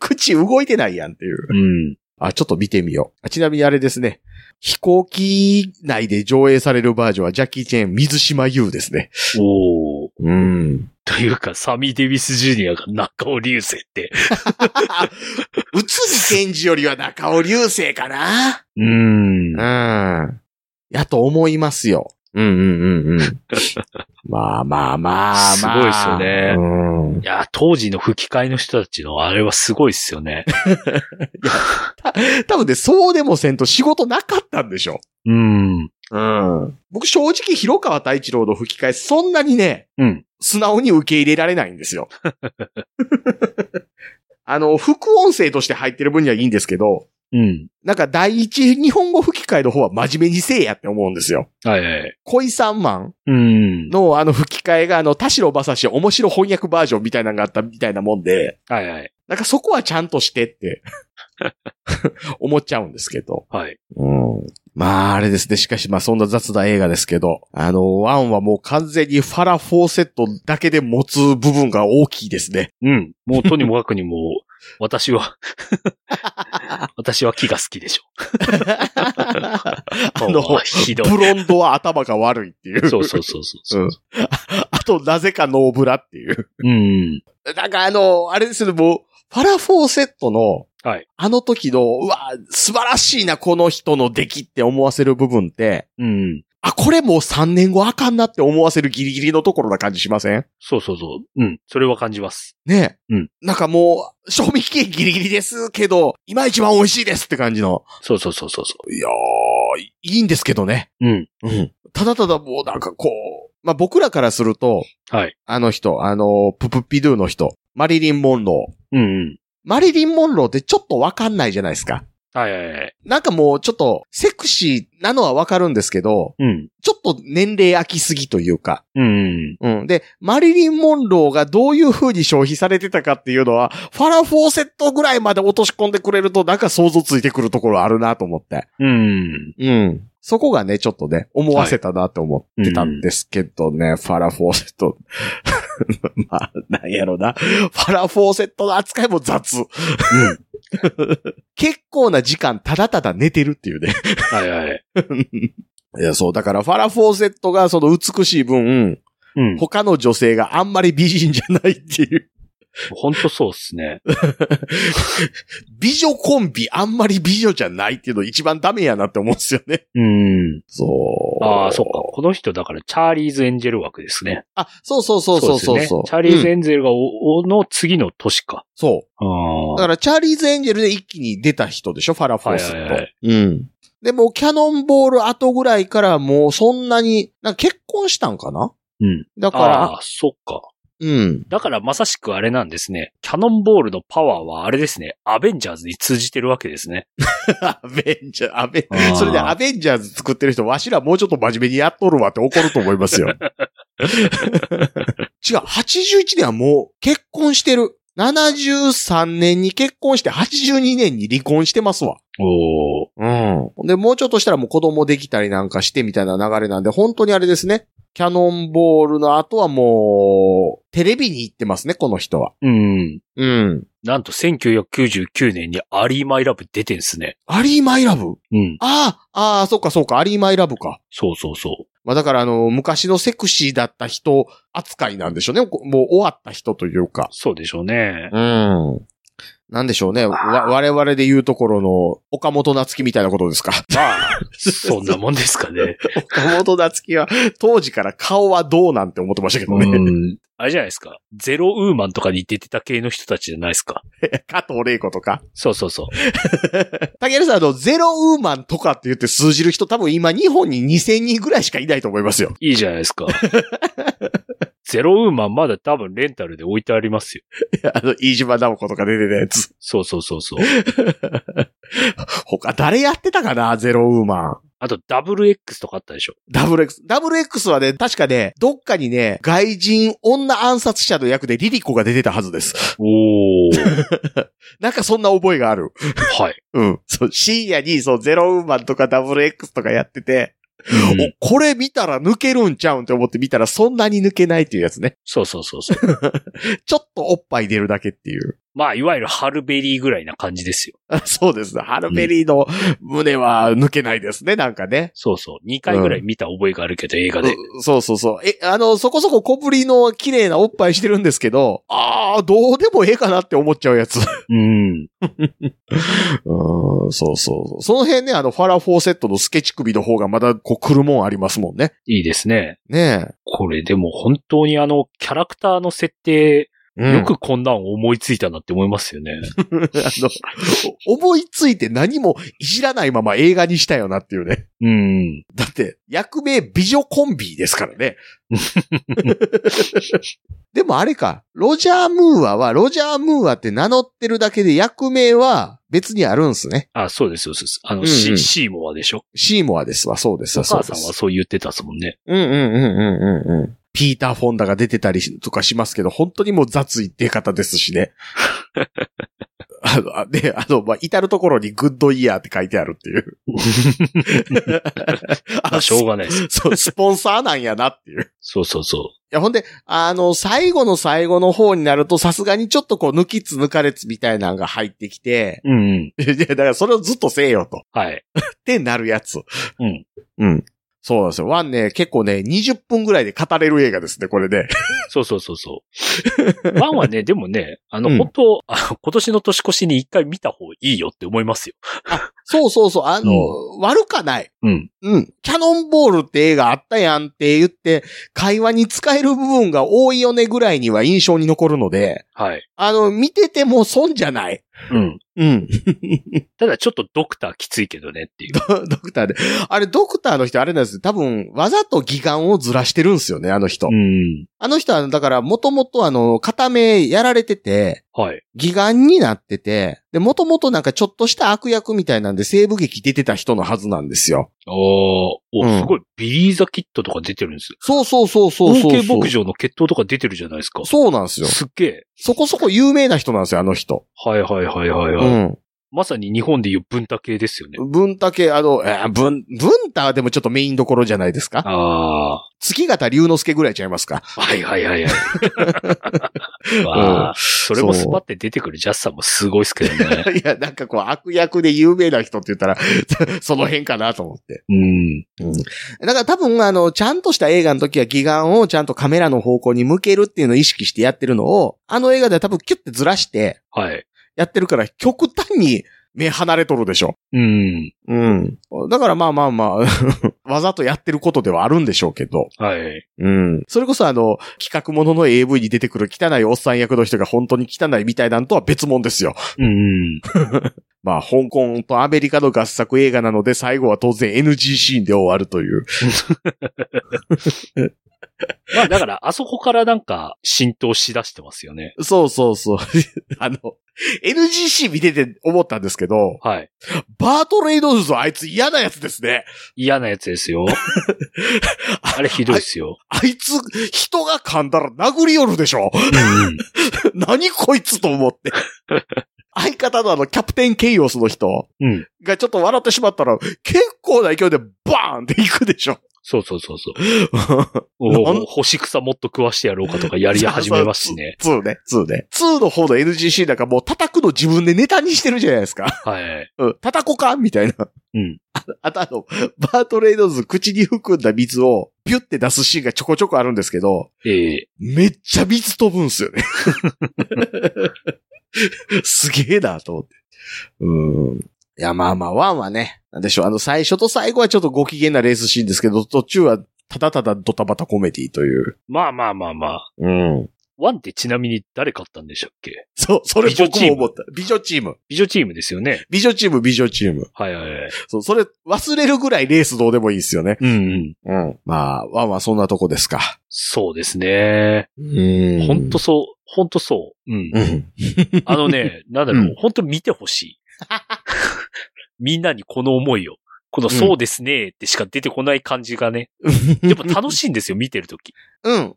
[SPEAKER 3] 口動いてないやんっていう。
[SPEAKER 4] う。うん。
[SPEAKER 3] あ、ちょっと見てみよう。あちなみにあれですね。飛行機内で上映されるバージョンはジャッキー・チェーン、水島優ですね。
[SPEAKER 4] おー。
[SPEAKER 3] うん。
[SPEAKER 4] というか、サミー・デビス・ジュニアが中尾流星って。
[SPEAKER 3] 宇津木健治よりは中尾流星かな
[SPEAKER 4] うー
[SPEAKER 3] う
[SPEAKER 4] ん。
[SPEAKER 3] ん。やと思いますよ。うんうんうん うん。まあまあまあまあ。
[SPEAKER 4] すごいっすよね
[SPEAKER 3] うん。
[SPEAKER 4] いや、当時の吹き替えの人たちのあれはすごいっすよね。
[SPEAKER 3] 多分ね、そうでもせんと仕事なかったんでしょ。
[SPEAKER 4] うん。
[SPEAKER 3] うん。僕正直、広川太一郎の吹き替え、そんなにね、
[SPEAKER 4] うん。
[SPEAKER 3] 素直に受け入れられないんですよ。 あの、副音声として入ってる分にはいいんですけど、
[SPEAKER 4] うん。
[SPEAKER 3] なんか第一日本語吹き替えの方は真面目にせえやって思うんですよ。
[SPEAKER 4] はいはい。
[SPEAKER 3] 恋三万
[SPEAKER 4] うん。
[SPEAKER 3] のあの吹き替えがあの田代正史面白翻訳バージョンみたいなのがあったみたいなもんで、
[SPEAKER 4] はいはい。
[SPEAKER 3] なんかそこはちゃんとしてって 思っちゃうんですけど。
[SPEAKER 4] はい。
[SPEAKER 3] うん。まあ、あれですね。しかし、まあ、そんな雑な映画ですけど、あの、ワンはもう完全にファラ・フォーセットだけで持つ部分が大きいですね。
[SPEAKER 4] うん。もうとにもかくに も、私は、私は木が好きでしょ。
[SPEAKER 3] あの、
[SPEAKER 4] もうひどい。
[SPEAKER 3] ブロンドは頭が悪いっていう。
[SPEAKER 4] そうそうそうそう。
[SPEAKER 3] うん ああと、なぜかノーブラっていう。
[SPEAKER 4] うん。
[SPEAKER 3] なんかあの、あれですけどもう、ファラ・フォーセットの、
[SPEAKER 4] はい
[SPEAKER 3] あの時の、うわ、素晴らしいな、この人の出来って思わせる部分って、
[SPEAKER 4] うん。
[SPEAKER 3] あ、これもう3年後あかんなって思わせるギリギリのところな感じしません
[SPEAKER 4] そうそうそう。うん。それは感じます。
[SPEAKER 3] ねえ。
[SPEAKER 4] うん
[SPEAKER 3] なんかもう、賞味期限ギリギリですけど、今一番美味しいですって感じの。
[SPEAKER 4] そうそうそうそうそ
[SPEAKER 3] いやー、いいいんですけどね。
[SPEAKER 4] う。うん。
[SPEAKER 3] うん。ただただもうなんかこう、まあ、僕らからすると、
[SPEAKER 4] はい。
[SPEAKER 3] あの人、あの、ププピドゥの人、マリリン・モンロー。
[SPEAKER 4] うんうん。
[SPEAKER 3] マリリン・モンローってちょっとわかんないじゃないですか。
[SPEAKER 4] はいはいはい。
[SPEAKER 3] なんかもうちょっとセクシーなのはわかるんですけど、
[SPEAKER 4] うん。
[SPEAKER 3] ちょっと年齢飽きすぎというか。
[SPEAKER 4] うんうん。
[SPEAKER 3] うん。で、マリリン・モンローがどういう風に消費されてたかっていうのは、ファラ・フォーセットぐらいまで落とし込んでくれると、なんか想像ついてくるところあるなと思って。
[SPEAKER 4] うん。
[SPEAKER 3] うん。そこがね、ちょっとね、思わせたなって思ってたんですけどね、ファラ・フォーセット。 まあ、なんやろな。ファラ・フォーセットの扱いも雑。結構な時間、ただただ寝てるっていうね。
[SPEAKER 4] はいはい。
[SPEAKER 3] いや、そう。だから、ファラ・フォーセットがその美しい分、
[SPEAKER 4] うん。
[SPEAKER 3] 他の女性があんまり美人じゃないっていう。
[SPEAKER 4] ほんとそうっすね。
[SPEAKER 3] 美女コンビあんまり美女じゃないっていうの一番ダメやなって思うんですよね。
[SPEAKER 4] うん。
[SPEAKER 3] そう。
[SPEAKER 4] ああ、そっか。。この人だから、チャーリーズ・エンジェル枠ですね。
[SPEAKER 3] あ、そうそうそうそうそう
[SPEAKER 4] です
[SPEAKER 3] そう、
[SPEAKER 4] ね。チャーリーズ・
[SPEAKER 3] うん
[SPEAKER 4] エンジェルがお、おの次の年か。
[SPEAKER 3] そう。
[SPEAKER 4] ああ。
[SPEAKER 3] だから、チャーリーズ・エンジェルで一気に出た人でしょファラ・フォース
[SPEAKER 4] はいはいは
[SPEAKER 3] と。うん。で、もうキャノンボール後ぐらいからもうそんなに、なんか結婚したんかな
[SPEAKER 4] うん。
[SPEAKER 3] だか
[SPEAKER 4] あ
[SPEAKER 3] ら
[SPEAKER 4] あ、、そっか。
[SPEAKER 3] うん。
[SPEAKER 4] だからまさしくあれなんですね。キャノンボールのパワーはあれですね。アベンジャーズに通じてるわけですね。
[SPEAKER 3] アベンジャー、アベ
[SPEAKER 4] あー
[SPEAKER 3] ン、それでアベンジャーズ作ってる人、わしらもうちょっと真面目にやっとるわって怒ると思いますよ。違う、81年はもう結婚してる。73年に結婚して82年に離婚してますわ。
[SPEAKER 4] おお。
[SPEAKER 3] うん。で、もうちょっとしたらもう子供できたりなんかしてみたいな流れなんで、本当にあれですね。キャノンボールの後はもう、テレビに行ってますね、この人は。
[SPEAKER 4] うん。
[SPEAKER 3] うん。
[SPEAKER 4] なんと1999年にアリーマイラブ出てんすね。
[SPEAKER 3] アリーマイラブ
[SPEAKER 4] うん。
[SPEAKER 3] ああ、ああ、そっかそっか、アリーマイラブか。
[SPEAKER 4] そうそうそ
[SPEAKER 3] まあだからあの、昔のセクシーだった人扱いなんでしょうね。こもう終わった人というか
[SPEAKER 4] う。。そうでしょうね。
[SPEAKER 3] うん。なんでしょうね。わ、我々で言うところの、岡本夏樹みたいなことですか。
[SPEAKER 4] ま あ、そんなもんですかね。
[SPEAKER 3] 岡本夏樹は、当時から顔はどうなんて思ってましたけど
[SPEAKER 4] う
[SPEAKER 3] ね。
[SPEAKER 4] ん。あれじゃないですか。ゼロウーマンとかに出てた系の人たちじゃないですか。
[SPEAKER 3] 加藤玲子とか。
[SPEAKER 4] そうそうそう。
[SPEAKER 3] 竹原さん、あの、ゼロウーマンとかって言って数じる人多分今日本に2000人ぐらいしかいないと思いますよ。
[SPEAKER 4] いいじゃないですか。 ゼロウーマンまだ多分レンタルで置いてありますよ。
[SPEAKER 3] あの、飯島直子とか出てたやつ。
[SPEAKER 4] そうそうそうそう。
[SPEAKER 3] 他誰やってたかなゼロウーマン。
[SPEAKER 4] あと、ダブル X とかあったでしょ。
[SPEAKER 3] ダブル X。ダブル X はね、確かね、どっかにね、外人女暗殺者の役でリリコが出てたはずです。
[SPEAKER 4] おー。
[SPEAKER 3] なんかそんな覚えがある。
[SPEAKER 4] はい。
[SPEAKER 3] うん。そう、深夜に、そう、ゼロウーマンとかダブル X とかやってて、
[SPEAKER 4] うん
[SPEAKER 3] お、これ見たら抜けるんちゃうんって思って見たらそんなに抜けないっていうやつね。
[SPEAKER 4] そうそうそうそう。
[SPEAKER 3] ちょっとおっぱい出るだけっていう。
[SPEAKER 4] まあ、いわゆるハルベリーぐらいな感じですよ。
[SPEAKER 3] あそうですね。ハルベリーの胸は抜けないですね、なんかね。
[SPEAKER 4] そうそう。2回ぐらい見た覚えがあるけど、映画で。
[SPEAKER 3] うそうそうそう。え、あの、そこそこ小ぶりの綺麗なおっぱいしてるんですけど、ああ、どうでもええかなって思っちゃうやつ。
[SPEAKER 4] うん。
[SPEAKER 3] うん、そうそう。その辺ね、あの、ファラフォーセットのスケチ首の方がまだ、こう、来るもんありますもんね。
[SPEAKER 4] いいですね。
[SPEAKER 3] ね
[SPEAKER 4] これでも本当にあの、キャラクターの設定、
[SPEAKER 3] え。
[SPEAKER 4] よ、くこんなん思いついたなって思いますよね。
[SPEAKER 3] あの、思いついて何もいじらないまま映画にしたよなっていうね。
[SPEAKER 4] うん。
[SPEAKER 3] だって、役名美女コンビですから ね。でもあれか、ロジャー・ムーアは、ロジャー・ムーアって名乗ってるだけで役名は別にあるんすね。
[SPEAKER 4] あ、そうです、そうです。あの、
[SPEAKER 3] うんうん
[SPEAKER 4] シシーモアでしょ
[SPEAKER 3] シーモアですわ、そうです
[SPEAKER 4] お
[SPEAKER 3] わ、そう
[SPEAKER 4] 母
[SPEAKER 3] で
[SPEAKER 4] さ
[SPEAKER 3] す。
[SPEAKER 4] んはそう言ってたっすもんね。
[SPEAKER 3] うんうんうんうんうんうん。ピーター・フォンダが出てたりとかしますけど、本当にもう雑い出方ですし ね。あの、あで、あの、まあ、至るところにグッドイヤーって書いてあるって いう。
[SPEAKER 4] まあ、しょうがないです。
[SPEAKER 3] そう、スポンサーなんやなっていう。い
[SPEAKER 4] そうそうそ
[SPEAKER 3] や、ほんで、あの、最後の最後の方になると、さすがにちょっとこう、抜きつ抜かれつみたいなのが入ってきて、
[SPEAKER 4] う。うん、うん。
[SPEAKER 3] いや、だからそれをずっとせえよと。
[SPEAKER 4] はい。
[SPEAKER 3] ってなるやつ。
[SPEAKER 4] うん。
[SPEAKER 3] うん。そうなんですよ。ワンね、結構ね、20分ぐらいで語れる映画ですね、これで。
[SPEAKER 4] そうそうそう そう。ワンはね、でもね、あの、
[SPEAKER 3] うん
[SPEAKER 4] 本当、あの今年の年越しに一回見た方いいよって思いますよ。
[SPEAKER 3] そうそうそう、あの、悪かない。
[SPEAKER 4] うん。
[SPEAKER 3] うん。キャノンボールって映画あったやんって言って、会話に使える部分が多いよねぐらいには印象に残るので、
[SPEAKER 4] はい。
[SPEAKER 3] あの、見てても損じゃない。
[SPEAKER 4] うん。
[SPEAKER 3] うん。
[SPEAKER 4] ただちょっとドクターきついけどねっていう。
[SPEAKER 3] ドクターで。あれ、ドクターの人、あれなんです多分、わざと義眼をずらしてるんですよね、あの人。
[SPEAKER 4] うん。
[SPEAKER 3] あの人は、だから、もともとあの、片目やられてて、
[SPEAKER 4] はい。
[SPEAKER 3] 義眼になってて、で、もともとなんかちょっとした悪役みたいなんで西部劇出てた人のはずなんですよ。
[SPEAKER 4] あーお、
[SPEAKER 3] うん
[SPEAKER 4] すごい、ビリーザキットとか出てるんですよ。
[SPEAKER 3] そうそうそうそうそうそう。
[SPEAKER 4] 冒険牧場の決闘とか出てるじゃないですか。
[SPEAKER 3] そうなんですよ。
[SPEAKER 4] すっげえ。
[SPEAKER 3] そこそこ有名な人なんですよ、あの人。
[SPEAKER 4] はいはいはいはいはい。
[SPEAKER 3] うん。
[SPEAKER 4] まさに日本でいう文太系ですよね。
[SPEAKER 3] 文太系、あの、えー、文、文太はでもちょっとメインどころじゃないですか。
[SPEAKER 4] ああ。
[SPEAKER 3] 月形龍之介ぐらいちゃいますか。
[SPEAKER 4] はいはいはい はい。わあ、それもスパって出てくるジャスさんもすごいっすけどね。
[SPEAKER 3] いや、なんかこう悪役で有名な人って言ったら、 その辺かなと思って。
[SPEAKER 4] うん。
[SPEAKER 3] だから多分あの、ちゃんとした映画の時は義眼をちゃんとカメラの方向に向けるっていうのを意識してやってるのを、あの映画では多分キュッてずらして
[SPEAKER 4] はい。
[SPEAKER 3] やってるから極端に目離れとるでしょ。
[SPEAKER 4] うん。
[SPEAKER 3] うん。だからまあまあまあ、 わざとやってることではあるんでしょうけど。
[SPEAKER 4] はい。
[SPEAKER 3] うん。それこそあの、企画ものの AV に出てくる汚いおっさん役の人が本当に汚いみたいなんとは別物ですよ。
[SPEAKER 4] うん。
[SPEAKER 3] まあ、香港とアメリカの合作映画なので、最後は当然 NG シーンで終わるという。
[SPEAKER 4] まあだから、あそこからなんか浸透しだしてますよね。
[SPEAKER 3] そうそうそう。 あの、NG シーン見てて思ったんですけど、
[SPEAKER 4] はい。
[SPEAKER 3] バート・レイノルズはあいつ嫌なやつですね。
[SPEAKER 4] 嫌なやつ ですよ。あれひどいっすよ。
[SPEAKER 3] あいつ、人が噛んだら殴り寄るでしょ。
[SPEAKER 4] う ん。
[SPEAKER 3] 何こいつと思 って。相方のあの、キャプテン・ケイオスの人
[SPEAKER 4] うん。
[SPEAKER 3] がちょっと笑ってしまったら、結構な勢いでバーンっていくで しょ。
[SPEAKER 4] そうそうそうそう。お
[SPEAKER 3] なん
[SPEAKER 4] お干し草もっと食わしてやろうかとかやり始めますしね。
[SPEAKER 3] そうね、2ね。2の方の NGC なんかもう叩くの自分でネタにしてるじゃないです か。
[SPEAKER 4] はい。
[SPEAKER 3] うん、叩こかみたいな。
[SPEAKER 4] うん。
[SPEAKER 3] あとあの、バートレイノーズ口に含んだ水をピュって出すシーンがちょこちょこあるんですけど、
[SPEAKER 4] ええ
[SPEAKER 3] めっちゃ水飛ぶんすよね。すげえな、と思って。うーん。いや、まあまあ、ワンはね、なんでしょう、あの、最初と最後はちょっとご機嫌なレースシーンですけど、途中はただただドタバタコメディという。
[SPEAKER 4] まあまあまあまあ。
[SPEAKER 3] うん。
[SPEAKER 4] ワンってちなみに誰買ったんでしたっけ
[SPEAKER 3] そう、それ
[SPEAKER 4] 美女
[SPEAKER 3] 僕
[SPEAKER 4] チーム
[SPEAKER 3] も思った。美女チーム。
[SPEAKER 4] 美女チームですよね。
[SPEAKER 3] 美女チーム、美女チーム。
[SPEAKER 4] はいはいはい。
[SPEAKER 3] そう、それ忘れるぐらいレースどうでもいいですよね。
[SPEAKER 4] うんうん。
[SPEAKER 3] うん。まあ、ワンはそんなとこですか。
[SPEAKER 4] そうですね。
[SPEAKER 3] うん
[SPEAKER 4] ほんとそう。ほんとそう。うん
[SPEAKER 3] う。ん。
[SPEAKER 4] あのね、なんだろう、
[SPEAKER 3] うん
[SPEAKER 4] ほんと見てほし い。みんなにこの思いを。このそうですねってしか出てこない感じがね。やっぱ楽しいんですよ、見てるとき。
[SPEAKER 3] うん。
[SPEAKER 4] うん。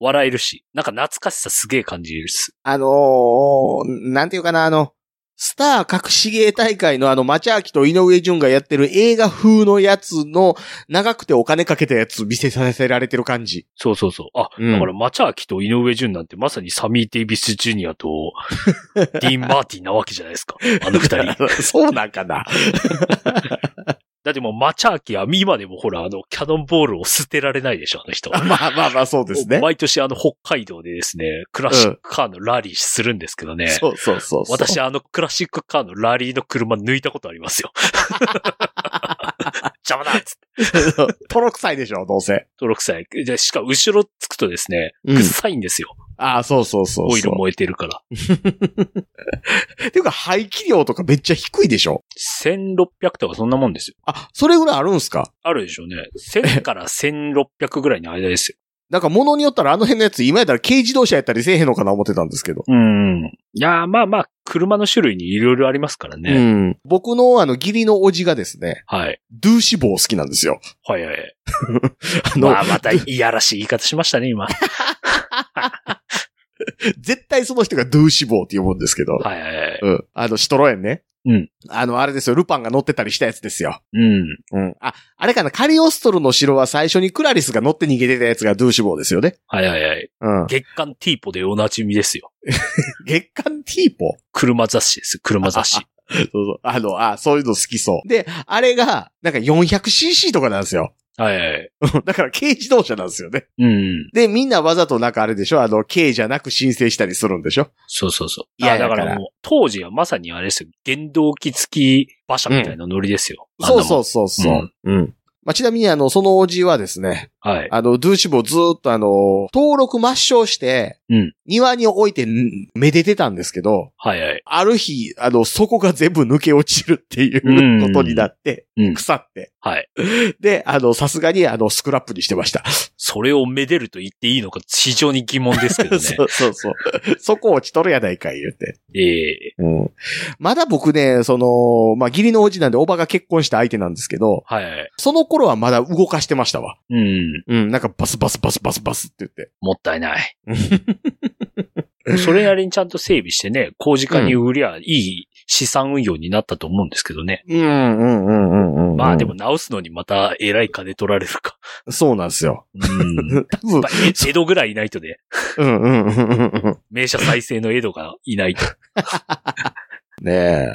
[SPEAKER 4] 笑えるし。なんか懐かしさすげえ感じるっす。
[SPEAKER 3] あのー、なんていうかな、あの、スター隠し芸大会のあの、町明と井上淳がやってる映画風のやつの、長くてお金かけたやつ見せさせられてる感じ。
[SPEAKER 4] そうそうそう。あ、
[SPEAKER 3] うん
[SPEAKER 4] だから、マチャアキと井上淳なんてまさにサミー・デイビス・ジュニア とディーン・マーティンなわけじゃないですか。あの二人。
[SPEAKER 3] そうなんかな。
[SPEAKER 4] だってもうマチャアキは今でもほら、あの、キャノンボールを捨てられないでしょ、あの人。
[SPEAKER 3] まあまあまあ、そうですね。
[SPEAKER 4] 毎年あの北海道でですね、クラシックカーのラリーするんですけどね。
[SPEAKER 3] そうそうそうそう。
[SPEAKER 4] 私、あのクラシックカーのラリーの車抜いたことありますよ。邪魔だっつって。
[SPEAKER 3] トロ臭いでしょ、どうせ。
[SPEAKER 4] 登録さえ。で、しかも後ろつくとですね、
[SPEAKER 3] うん
[SPEAKER 4] 臭いんですよ。
[SPEAKER 3] ああ、そうそうそうそう。
[SPEAKER 4] オイル燃えてるから。
[SPEAKER 3] っていうか、排気量とかめっちゃ低いでしょ。
[SPEAKER 4] 1600とかそんなもんですよ。
[SPEAKER 3] あ、それぐらいあるんすか
[SPEAKER 4] あるでしょうね。1000から1600ぐらいの間ですよ。
[SPEAKER 3] なんか物によったらあの辺のやつ、今やったら軽自動車やったりせえへんのかな思ってたんですけど。
[SPEAKER 4] うん。いやーまあまあ、車の種類にいろいろありますからね。
[SPEAKER 3] うん。僕のあの、義理のおじがですね、
[SPEAKER 4] はい。
[SPEAKER 3] ドゥーシボー好きなんですよ。
[SPEAKER 4] はいはい。
[SPEAKER 3] あの、
[SPEAKER 4] まあまたいやらしい言い方しましたね、今。
[SPEAKER 3] 絶対その人がドゥーシボーって呼ぶんですけど。
[SPEAKER 4] はいはいはい。
[SPEAKER 3] うん。あの、シトロエンね。
[SPEAKER 4] うん。
[SPEAKER 3] あの、あれですよ、ルパンが乗ってたりしたやつですよ。
[SPEAKER 4] うん。
[SPEAKER 3] うん。あ、あれかな、カリオストルの城は最初にクラリスが乗って逃げてたやつがドゥーシボーですよね。
[SPEAKER 4] はいはいはい。
[SPEAKER 3] うん。
[SPEAKER 4] 月刊ティーポでおなじみですよ。
[SPEAKER 3] 月刊ティーポ
[SPEAKER 4] 車雑誌です、車雑誌。
[SPEAKER 3] そうそう。あの、あ、そういうの好きそう。で、あれが、なんか 400cc とかなんですよ。
[SPEAKER 4] はいはいはい。
[SPEAKER 3] だから軽自動車なんですよね。
[SPEAKER 4] うん。
[SPEAKER 3] で、みんなわざとなんかあれでしょあの、軽じゃなく申請したりするんでしょ
[SPEAKER 4] そうそうそう。
[SPEAKER 3] いや
[SPEAKER 4] あだか
[SPEAKER 3] だからら
[SPEAKER 4] もう、当時はまさにあれですよ。原動機付き馬車みたいなノリですよ。。
[SPEAKER 3] そうそううそうそう。うん。まあ、ちなみにあの、そのおじはですね、
[SPEAKER 4] はい。
[SPEAKER 3] あの、ドゥーシボをずーっとあの、登録抹消して、
[SPEAKER 4] うん
[SPEAKER 3] 庭に置いてんめでてたんですけど、
[SPEAKER 4] はいはい。
[SPEAKER 3] ある日、あの、底が全部抜け落ちるってい
[SPEAKER 4] うん
[SPEAKER 3] うことになって、
[SPEAKER 4] うん
[SPEAKER 3] 腐って。
[SPEAKER 4] はい。
[SPEAKER 3] で、あの、さすがにあの、スクラップにしてました。
[SPEAKER 4] それをめでると言っていいのか非常に疑問ですけ どね。
[SPEAKER 3] そうそうそう。そこ落ちとるやないかい、言って。
[SPEAKER 4] ええ
[SPEAKER 3] うん。まだ僕ね、その、まあ、義理のおじなんで、おばが結婚した相手なんですけど、
[SPEAKER 4] はいはい。
[SPEAKER 3] その頃はまだ動かしてましたわ。
[SPEAKER 4] うん。
[SPEAKER 3] うん、なんかバスバスバスバスバスって言って。
[SPEAKER 4] もったいない。それなりにちゃんと整備し てね、工事化に売りゃいい資産運用になったと思うんですけどね。
[SPEAKER 3] うん、うん、うん、うん、うん。
[SPEAKER 4] まあでも、直すのにまたえらい金取られるか。
[SPEAKER 3] そうなんですよ。
[SPEAKER 4] うん。 やっ
[SPEAKER 3] 多分
[SPEAKER 4] ぱ、江戸ぐらいいないとね、
[SPEAKER 3] うんうんうんうんうん。
[SPEAKER 4] 名車再生の江戸がいないと。
[SPEAKER 3] ねえ。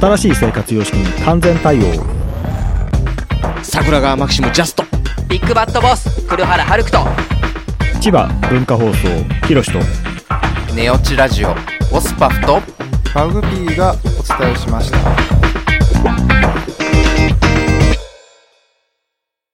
[SPEAKER 6] 新しい生活様式に完全対応
[SPEAKER 3] 桜川マキシムジャスト。
[SPEAKER 7] ビッグバットボス黒原遥人
[SPEAKER 6] 千葉文化放送ひろしと
[SPEAKER 8] ネオチラジオオスパフと
[SPEAKER 9] マグピーがお伝えしました。